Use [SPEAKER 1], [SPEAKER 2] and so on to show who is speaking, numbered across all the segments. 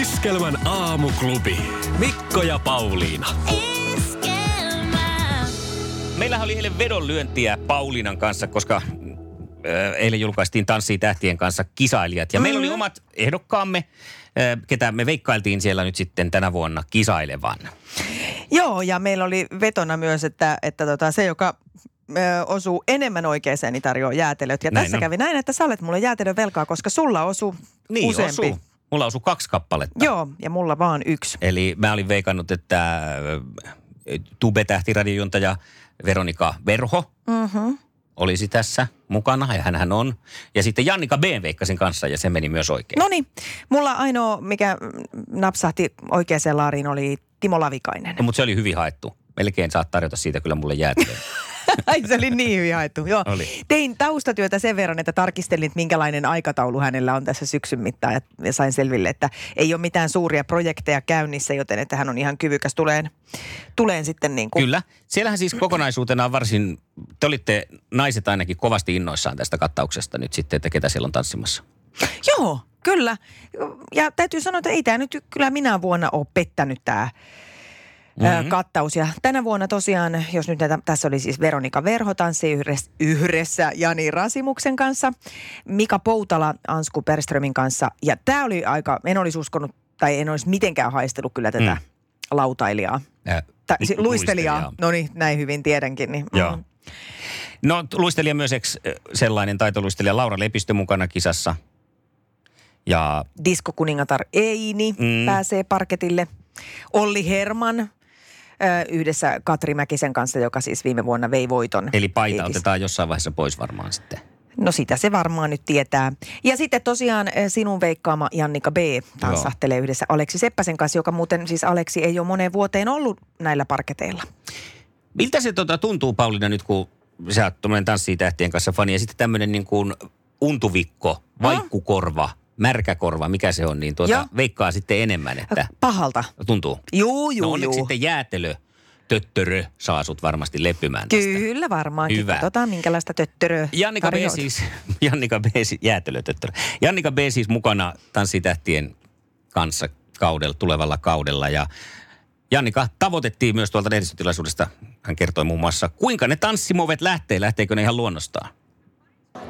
[SPEAKER 1] Iskelmän aamuklubi. Mikko ja Pauliina.
[SPEAKER 2] Iskelmää.
[SPEAKER 3] Meillähän oli eilen vedonlyöntiä Paulinan kanssa, koska ö, eilen julkaistiin Tanssii tähtien kanssa kisailijat. Ja mm-hmm. meillä oli omat ehdokkaamme, ö, ketä me veikkailtiin siellä nyt sitten tänä vuonna kisailevan.
[SPEAKER 4] Joo, ja meillä oli vetona myös, että, että tota, se, joka ö, osuu enemmän oikeeseen, niin tarjoaa jäätelöt. Ja
[SPEAKER 3] Näin
[SPEAKER 4] näin tässä
[SPEAKER 3] on.
[SPEAKER 4] on. kävi näin, että sä olet mulle jäätelön velkaa, koska sulla osuu useampi.
[SPEAKER 3] Niin osuu. Mulla osuu kaksi kappaletta.
[SPEAKER 4] Joo, ja mulla vaan yksi.
[SPEAKER 3] Eli mä olin veikannut, että ö, Tube-tähtiradiojuntaja Veronika Verho
[SPEAKER 4] Mm-hmm.
[SPEAKER 3] olisi tässä mukana, ja hänhän on. Ja sitten Jannika B. veikkasin kanssa, ja se meni myös oikein.
[SPEAKER 4] No niin, mulla ainoa, mikä mm, napsahti oikeeseen laariin, oli Timo Lavikainen.
[SPEAKER 3] No, mutta se oli hyvin haettu. Melkein saat tarjota siitä kyllä mulle jäätelöä.
[SPEAKER 4] Ai se oli niin hyvin haettu, joo.
[SPEAKER 3] Oli.
[SPEAKER 4] Tein taustatyötä sen verran, että tarkistelin, että minkälainen aikataulu hänellä on tässä syksyn mittaan. Ja- Ja sain selville, että ei ole mitään suuria projekteja käynnissä, joten että hän on ihan kyvykäs tuleen, tuleen sitten niin kuin.
[SPEAKER 3] Kyllä. Siellähän siis kokonaisuutena on varsin, te olitte naiset ainakin kovasti innoissaan tästä kattauksesta nyt sitten, että ketä siellä on tanssimassa.
[SPEAKER 4] Joo, kyllä. Ja täytyy sanoa, että ei tämä nyt kyllä minä vuonna ole pettänyt tämä
[SPEAKER 3] Mhm.
[SPEAKER 4] mm-hmm. kattaus. Ja tänä vuonna tosiaan, jos nyt näitä, tässä oli siis Veronika Verho tanssi yhdessä, yhdessä Jani Rasimuksen kanssa, Mika Poutala Ansku Perströmin kanssa. Ja tämä oli aika, en olisi uskonut tai en olisi mitenkään haistellut kyllä tätä
[SPEAKER 3] Mm.
[SPEAKER 4] mm. lautailijaa.
[SPEAKER 3] Ää,
[SPEAKER 4] Tai,
[SPEAKER 3] lu-
[SPEAKER 4] si- luistelijaa. No niin, näin hyvin tiedänkin. Niin.
[SPEAKER 3] Joo. No t- luistelija myös eks, äh, sellainen taitoluistelija Laura Lepistö mukana kisassa. Ja
[SPEAKER 4] Diskokuningatar Eini
[SPEAKER 3] Mm.
[SPEAKER 4] mm. pääsee parketille. Olli Herman ö, yhdessä Katri Mäkisen kanssa, joka siis viime vuonna vei voiton.
[SPEAKER 3] eli paita
[SPEAKER 4] Eikissä.
[SPEAKER 3] otetaan jossain vaiheessa pois varmaan sitten.
[SPEAKER 4] No sitä se varmaan nyt tietää. Ja sitten tosiaan ö, sinun veikkaama Jannika B. tanssahtelee yhdessä Aleksi Seppäsen kanssa, joka muuten siis Aleksi ei ole moneen vuoteen ollut näillä parketeilla.
[SPEAKER 3] Miltä se tota, tuntuu Pauliina nyt, kun sä oot tuommoinen tanssii tähtien kanssa fani ja sitten tämmöinen niin kuin untuvikko, vaikkukorva, märkäkorva, mikä se on, niin
[SPEAKER 4] Joo.
[SPEAKER 3] tuota, veikkaa sitten enemmän,
[SPEAKER 4] Äh.
[SPEAKER 3] että
[SPEAKER 4] Pahalta.
[SPEAKER 3] tuntuu.
[SPEAKER 4] Juu,
[SPEAKER 3] no
[SPEAKER 4] juu,
[SPEAKER 3] onneksi
[SPEAKER 4] juu.
[SPEAKER 3] sitten jäätelö, töttörö saa sut varmasti leppymään tästä.
[SPEAKER 4] Kyllä varmaankin.
[SPEAKER 3] Hyvä.
[SPEAKER 4] Katsotaan minkälaista töttöröä
[SPEAKER 3] Jannika B.
[SPEAKER 4] tarjoat.
[SPEAKER 3] siis, Jannika B. siis, jäätelö, töttörö. Jannika B. siis mukana Tanssitähtien kanssa kaudella, tulevalla kaudella ja Jannika tavoitettiin myös tuolta lehdistötilaisuudesta. Hän kertoi muun muassa, kuinka ne tanssimovet lähtee, lähteekö ne ihan luonnostaan.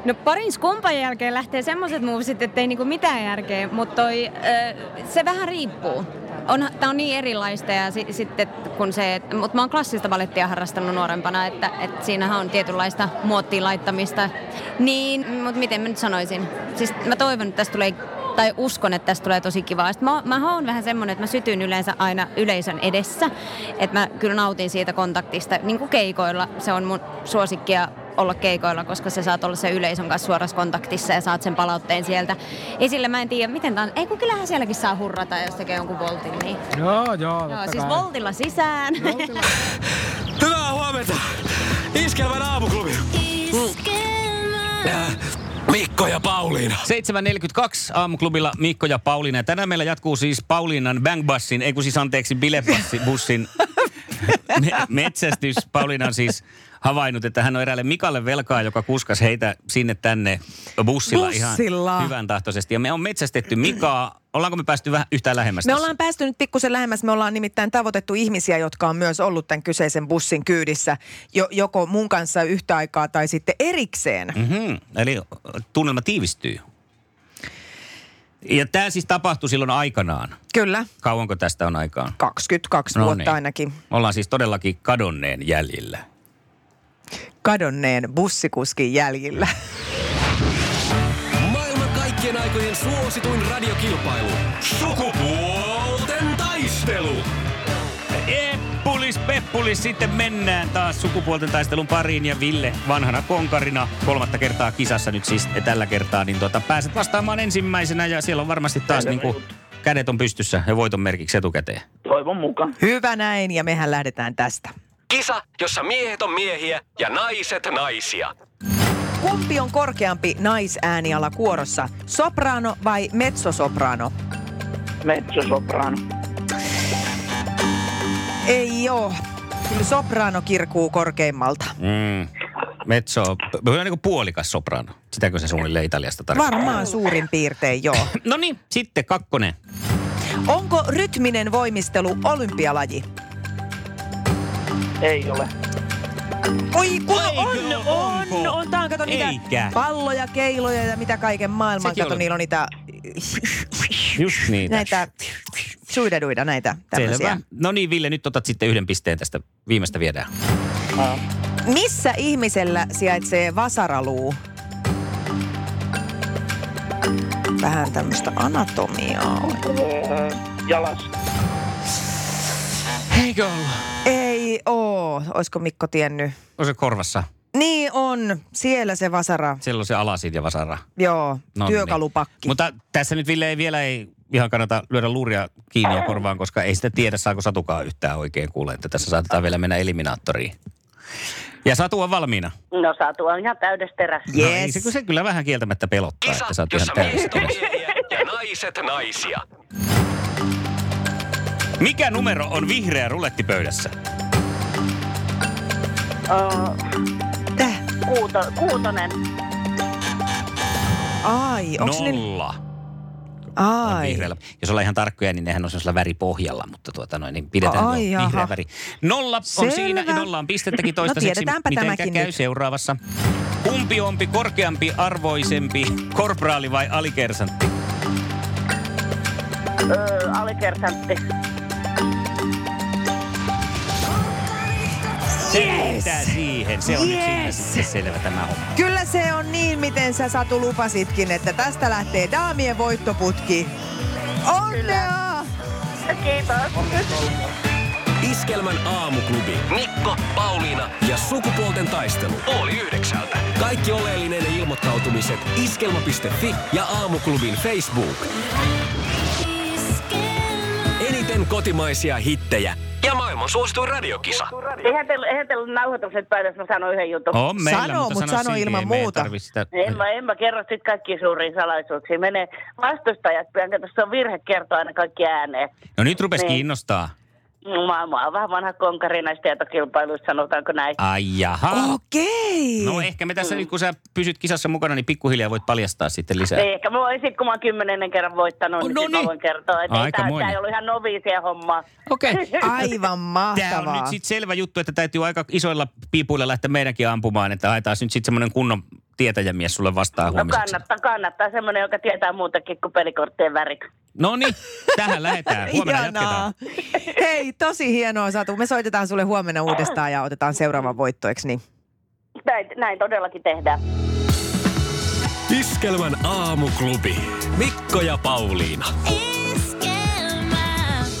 [SPEAKER 5] No parin skumpan jälkeen lähtee semmoiset muuvisit, että ei niinku mitään järkeä, mutta toi, ö, se vähän riippuu. On, tää on niin erilaista ja si, sitten kun se, mutta mä oon klassista balettia harrastanut nuorempana, että, että siinähän on tietynlaista muottiin laittamista. Niin, mutta miten mä nyt sanoisin? Siis mä toivon, että tästä tulee, tai uskon, että tästä tulee tosi kivaa. Sitten mä, mä oon vähän semmonen, että mä sytyn yleensä aina yleisön edessä, että mä kyllä nautin siitä kontaktista. Niin kuin keikoilla, se on mun suosikkia olla keikoilla, koska sä saat olla se yleisön kanssa suorassa kontaktissa ja saat sen palautteen sieltä. Ei sillä mä en tiedä, miten tää on. Ei kun kyllähän sielläkin saa hurrata, jos tekee jonkun voltin. Niin.
[SPEAKER 6] Joo, joo,
[SPEAKER 5] Joo,
[SPEAKER 6] totta
[SPEAKER 5] siis
[SPEAKER 6] kai.
[SPEAKER 5] voltilla sisään.
[SPEAKER 1] Hyvää huomenta! Iskelmän aamuklubi.
[SPEAKER 2] Iskelmää.
[SPEAKER 1] Mikko ja Pauliina.
[SPEAKER 3] 7.42 aamuklubilla Mikko ja Pauliina. Ja Tänään meillä jatkuu siis Pauliinan bangbussin, ei kun siis anteeksi bilebussin me- metsästys. Pauliina on siis havainnut, että hän on eräälle Mikalle velkaa, joka kuskas heitä sinne tänne bussilla,
[SPEAKER 4] Bussilla.
[SPEAKER 3] ihan hyvän tahtoisesti. Ja me on metsästetty Mikaa. Ollaanko me päästy vähän yhtään lähemmäs
[SPEAKER 4] Me
[SPEAKER 3] tässä?
[SPEAKER 4] ollaan päästy nyt pikkusen lähemmäs. Me ollaan nimittäin tavoitettu ihmisiä, jotka on myös ollut tämän kyseisen bussin kyydissä jo, joko mun kanssa yhtä aikaa tai sitten erikseen.
[SPEAKER 3] Mm-hmm. Eli äh, tunnelma tiivistyy. Ja tämä siis tapahtui silloin aikanaan.
[SPEAKER 4] Kyllä,
[SPEAKER 3] Kauanko tästä on aikaan?
[SPEAKER 4] 22
[SPEAKER 3] No
[SPEAKER 4] no vuotta
[SPEAKER 3] niin.
[SPEAKER 4] niin. ainakin
[SPEAKER 3] Ollaan siis todellakin kadonneen jäljillä.
[SPEAKER 4] kadonneen bussikuskin jäljillä.
[SPEAKER 1] Maailman kaikkien aikojen suosituin radiokilpailu. Sukupuolten taistelu.
[SPEAKER 3] Eppulis, peppulis, sitten mennään taas sukupuolten taistelun pariin ja Ville vanhana konkarina kolmatta kertaa kisassa nyt siis tällä kertaa, niin tuota, pääset niinku vastaamaan ensimmäisenä ja siellä on varmasti taas niin kuin, kädet on pystyssä ja voiton merkiksi etukäteen.
[SPEAKER 7] Voi
[SPEAKER 6] toivon mukaan.
[SPEAKER 4] Hyvä näin ja mehän lähdetään tästä.
[SPEAKER 7] Kisa, jossa miehet on miehiä ja naiset naisia.
[SPEAKER 4] Kumpi on korkeampi naisääniala kuorossa? Soprano vai mezzosoprano?
[SPEAKER 6] Metsosoprano.
[SPEAKER 4] Ei oo. Kyllä soprano kirkuu korkeimmalta.
[SPEAKER 3] Mm. Mezzo, se on niin kuin puolikas soprano. Sitäkö se suunnilleen Italiasta tarkoittaa?
[SPEAKER 4] Varmaan suurin piirtein joo.
[SPEAKER 3] No niin, sitten kakkonen.
[SPEAKER 4] Onko rytminen voimistelu olympialaji?
[SPEAKER 6] Ei ole.
[SPEAKER 4] Oi kun
[SPEAKER 3] Eikö
[SPEAKER 4] on,
[SPEAKER 3] ole?
[SPEAKER 4] on,
[SPEAKER 3] Onko?
[SPEAKER 4] on. Tää on, kato niitä
[SPEAKER 3] Eikä.
[SPEAKER 4] palloja, keiloja ja mitä kaiken maailman.
[SPEAKER 3] Sekin
[SPEAKER 4] kato,
[SPEAKER 3] oli.
[SPEAKER 4] niillä on niitä,
[SPEAKER 3] Just niitä.
[SPEAKER 4] näitä, suidaduida näitä tämmöisiä.
[SPEAKER 3] Selvä. No niin, Ville, nyt otat sitten yhden pisteen tästä viimeistä viedään.
[SPEAKER 6] Aa,
[SPEAKER 4] Missä ihmisellä sijaitsee vasaraluu? Vähän tämmöistä anatomiaa.
[SPEAKER 6] öö, Jalas.
[SPEAKER 3] Eikö olla?
[SPEAKER 4] Ei oo, oisko Mikko tiennyt?
[SPEAKER 3] On se korvassa.
[SPEAKER 4] Niin on, siellä se vasara,
[SPEAKER 3] Siellä on se alasid ja vasara.
[SPEAKER 4] joo,
[SPEAKER 3] No
[SPEAKER 4] työkalupakki.
[SPEAKER 3] Niin. Mutta tässä nyt Ville ei vielä ei ihan kannata lyödä luuria kiinni ja korvaan, koska ei sitä tiedä, saako Satukaan yhtään oikein kuulla. Että tässä saatetaan vielä mennä eliminaattoriin. Ja Satu on valmiina.
[SPEAKER 8] No Satu on ihan täydessä terässä.
[SPEAKER 3] No
[SPEAKER 4] Yes.
[SPEAKER 3] ei se, kun se kyllä vähän kieltämättä pelottaa,
[SPEAKER 7] Kisa,
[SPEAKER 3] että sä oot ihan
[SPEAKER 7] jossa
[SPEAKER 3] täysin
[SPEAKER 7] miehet on
[SPEAKER 3] teräs.
[SPEAKER 7] miehiä ja naiset naisia.
[SPEAKER 3] Mikä numero on vihreä rulettipöydässä?
[SPEAKER 8] Öö,
[SPEAKER 4] Täh?
[SPEAKER 8] kuuto, kuutonen.
[SPEAKER 4] Ai, onks ne...
[SPEAKER 3] Nolla. on
[SPEAKER 4] Ai.
[SPEAKER 3] vihreällä. Jos ollaan ihan tarkkoja, niin nehän on sellaisella väripohjalla, mutta tuota noin, niin pidetään
[SPEAKER 4] Ai,
[SPEAKER 3] Ai,
[SPEAKER 4] jaha.
[SPEAKER 3] vihreä väri. Nolla on
[SPEAKER 4] Selvä.
[SPEAKER 3] siinä ja nolla on pistettäkin
[SPEAKER 4] No
[SPEAKER 3] toistaiseksi.
[SPEAKER 4] tiedetäänpä
[SPEAKER 3] Mitenkä
[SPEAKER 4] tämäkin
[SPEAKER 3] käy
[SPEAKER 4] nyt.
[SPEAKER 3] seuraavassa? Kumpi ompi, korkeampi, arvoisempi, korporaali vai alikersantti?
[SPEAKER 8] Öö, alikersantti.
[SPEAKER 3] Yes. siihen. Se on yes. nyt siinä
[SPEAKER 4] Yes.
[SPEAKER 3] sitten selvä tämä homma.
[SPEAKER 4] Kyllä se on niin, miten sä Satu lupasitkin, että tästä lähtee daamien voittoputki. Onnea!
[SPEAKER 8] Kiitos.
[SPEAKER 7] Iskelmän aamuklubi. Mikko, Pauliina ja sukupuolten taistelu. Oli yhdeksältä. Kaikki oleellinen ilmoittautumiset iskelma.fi ja aamuklubin Facebook. Eniten kotimaisia hittejä ja maailman suosituin radiokisa.
[SPEAKER 8] Eihän teillä, eihän teillä ole nauhoitukset päätössä, mä sanon yhden jutun.
[SPEAKER 3] On meillä,
[SPEAKER 4] Sano,
[SPEAKER 3] mutta
[SPEAKER 4] mut
[SPEAKER 3] sano
[SPEAKER 4] sano
[SPEAKER 3] silti,
[SPEAKER 4] ilman
[SPEAKER 3] ei meidän
[SPEAKER 4] muuta.
[SPEAKER 3] tarvi Sitä...
[SPEAKER 8] En mä, en mä kerro sit kaikkia suuria salaisuuksia. Menee vastustajat, koska se on virhe kertoa aina kaikki ääneen.
[SPEAKER 3] No nyt rupes
[SPEAKER 8] Niin.
[SPEAKER 3] kiinnostaa.
[SPEAKER 8] No, Mä, mä oon vähän vanha konkari näissä tietokilpailuissa, sanotaanko näin.
[SPEAKER 3] Ai jaha.
[SPEAKER 4] Okei.
[SPEAKER 3] No ehkä me tässä nyt, kun sä pysyt kisassa mukana, niin pikkuhiljaa voit paljastaa sitten lisää.
[SPEAKER 8] Ei, Ehkä mä voin sit, kun mä oon kymmenennen kerran voittanut,
[SPEAKER 3] Oh,
[SPEAKER 8] niin,
[SPEAKER 3] no
[SPEAKER 8] sit mä
[SPEAKER 3] niin.
[SPEAKER 8] voin kertoa, että ei, tää,
[SPEAKER 3] Aikamoinen.
[SPEAKER 8] tää ei ollut ihan noviisien hommaa.
[SPEAKER 3] Okei.
[SPEAKER 4] Aivan
[SPEAKER 3] Tämä on nyt
[SPEAKER 4] mahtavaa.
[SPEAKER 3] sitten selvä juttu, että täytyy aika isoilla piipuilla lähteä meidänkin ampumaan, että haetaan nyt sitten semmoinen kunnon tietäjämies sulle vastaan
[SPEAKER 8] No
[SPEAKER 3] huomiseksi.
[SPEAKER 8] kannattaa, kannattaa semmoinen, joka tietää muutakin kuin pelikorttien värit.
[SPEAKER 3] No niin, tähän lähdetään. Huomenna jatketaan.
[SPEAKER 4] Hei, tosi hienoa Satu. Me soitetaan sulle huomenna uudestaan ja otetaan seuraavan voitto, eikö niin?
[SPEAKER 8] Näin, näin todellakin tehdään.
[SPEAKER 7] Iskelmän aamuklubi. Mikko ja Pauliina.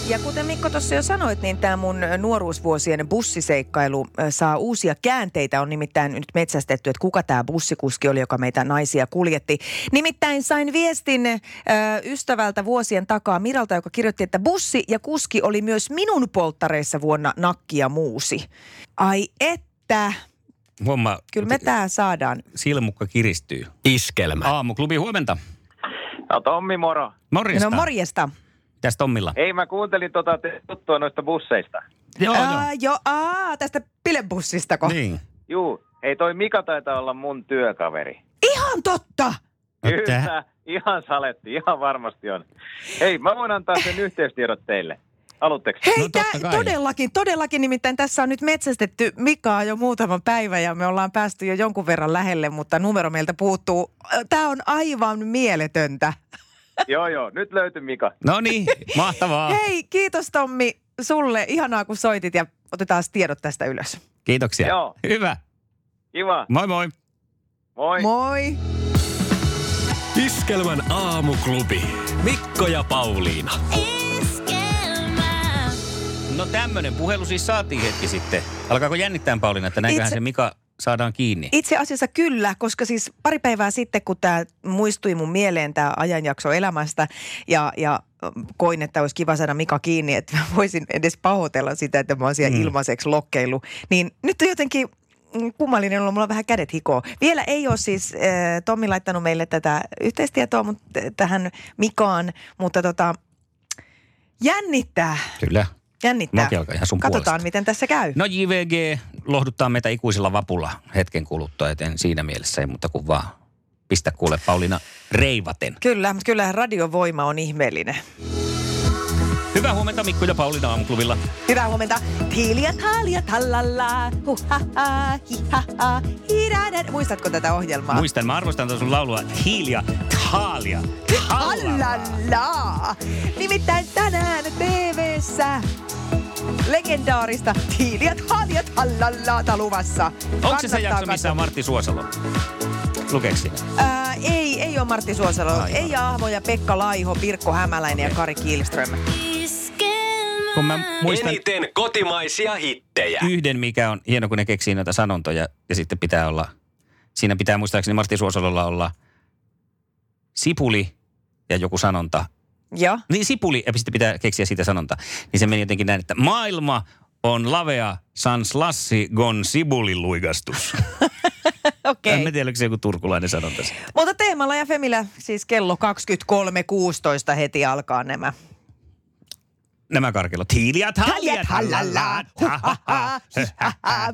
[SPEAKER 4] Ja kuten Mikko tuossa jo sanoit, niin tämä mun nuoruusvuosien bussiseikkailu äh, saa uusia käänteitä. On nimittäin nyt metsästetty, että kuka tämä bussikuski oli, joka meitä naisia kuljetti. Nimittäin sain viestin äh, ystävältä vuosien takaa Miralta, joka kirjoitti, että bussi ja kuski oli myös minun polttareissa vuonna nakki ja muusi. Ai että,
[SPEAKER 3] Huomaa,
[SPEAKER 4] kyllä me tää saadaan.
[SPEAKER 3] silmukka kiristyy.
[SPEAKER 7] Iskelmä.
[SPEAKER 3] Aamuklubi, huomenta.
[SPEAKER 9] No Tommi, moro.
[SPEAKER 3] Morjesta.
[SPEAKER 4] No morjesta.
[SPEAKER 3] Mitäs Tommilla?
[SPEAKER 9] Hei, mä kuuntelin tota te- juttua noista busseista.
[SPEAKER 3] Joo,
[SPEAKER 4] Aa, joo, aa, tästä pilebussista ko.
[SPEAKER 3] No, Niin.
[SPEAKER 9] Juu, hei toi Mika taitaa olla mun työkaveri.
[SPEAKER 4] Ihan totta.
[SPEAKER 3] No
[SPEAKER 9] Kyllä,
[SPEAKER 3] tää-
[SPEAKER 9] ihan saletti, ihan varmasti on. Hei, mä voin antaa sen yhteystiedot teille. Haluatteko?
[SPEAKER 4] Hei,
[SPEAKER 3] No
[SPEAKER 4] tää,
[SPEAKER 3] totta kai.
[SPEAKER 4] todellakin, todellakin. Nimittäin tässä on nyt metsästetty Mikaa jo muutaman päivän ja me ollaan päästy jo jonkun verran lähelle, mutta numero meiltä puuttuu. Tämä on aivan mieletöntä.
[SPEAKER 9] Joo, joo, nyt löytyi Mika.
[SPEAKER 3] No niin, mahtavaa.
[SPEAKER 4] Hei, kiitos Tommi sulle. Ihanaa, kun soitit ja otetaan tiedot tästä ylös.
[SPEAKER 3] Kiitoksia.
[SPEAKER 9] Joo.
[SPEAKER 3] Hyvä.
[SPEAKER 9] Kiva,
[SPEAKER 3] Moi moi.
[SPEAKER 9] moi.
[SPEAKER 4] Moi.
[SPEAKER 7] Iskelmän aamuklubi. Mikko ja Pauliina.
[SPEAKER 3] No tämmönen puhelu siis saatiin hetki sitten. Alkaako jännittää Pauliina, että näinköhän
[SPEAKER 4] Itse-
[SPEAKER 3] se Mika saadaan kiinni?
[SPEAKER 4] Itse asiassa kyllä, koska siis pari päivää sitten, kun tämä muistui mun mieleen tämä ajanjakso elämästä ja, ja ö, koin, että olisi kiva saada Mika kiinni, että mä voisin edes pahoitella sitä, että mä oon siellä mm. ilmaiseksi lokkeilu. Niin nyt on jotenkin mm, kummallinen olla, mulla on vähän kädet hikoo. Vielä ei ole siis äh, Tommi laittanut meille tätä yhteistietoa mutta, tähän Mikaan, mutta tota, jännittää.
[SPEAKER 3] Kyllä.
[SPEAKER 4] Jännittää.
[SPEAKER 3] Mäkin alkaa ihan sun
[SPEAKER 4] Katsotaan,
[SPEAKER 3] puolesta.
[SPEAKER 4] miten tässä käy.
[SPEAKER 3] No JVG lohduttaa meitä ikuisella vapulla hetken kuluttua, joten siinä mielessä ei muuta kuin vaan pistä kuule Pauliina reivaten.
[SPEAKER 4] Kyllä, mutta kyllähän radiovoima on ihmeellinen.
[SPEAKER 3] Hyvää huomenta Mikko ja Pauliina aamuklubilla.
[SPEAKER 4] Hyvää huomenta. Tiilia taalia tallalla, huhaha, hihaha, hirada. Muistatko tätä ohjelmaa?
[SPEAKER 3] Muistan, mä arvostan tuon sun laulua Hiilia, Taalia, Tallala.
[SPEAKER 4] Tallalla. Nimittäin tänään tv legendaarista Tiilia taalia tallalla luvassa.
[SPEAKER 3] Onko se se jakso, missä on Martti Suosalo? Lukeeko siinä?
[SPEAKER 4] Ää, ei, ei ole Martti Suosalo.
[SPEAKER 3] Aivan.
[SPEAKER 4] Ei Ahmo ja Pekka Laiho, Pirkko Hämäläinen ja Kari Kielström.
[SPEAKER 3] Kun mä muistan
[SPEAKER 7] Eniten kotimaisia hittejä.
[SPEAKER 3] yhden, mikä on hieno, kun ne keksii näitä sanontoja ja sitten pitää olla, siinä pitää muistaakseni Martti Suosalolla olla sipuli ja joku sanonta,
[SPEAKER 4] Ja
[SPEAKER 3] Niin sipuli, ja sitten pitää keksiä siitä sanonta. Niin se meni jotenkin näin, että maailma on lavea sans lassi gon sibuliluigastus.
[SPEAKER 4] okei.
[SPEAKER 3] En mä tiedä, oliko se joku turkulainen sanonta. se.
[SPEAKER 4] Mutta teemalla ja Femillä siis kello 23.16 heti alkaa nämä.
[SPEAKER 3] Nämä karkelo. Tiiliat haljat hallallaan. Ha, ha, ha, he, ha, ha.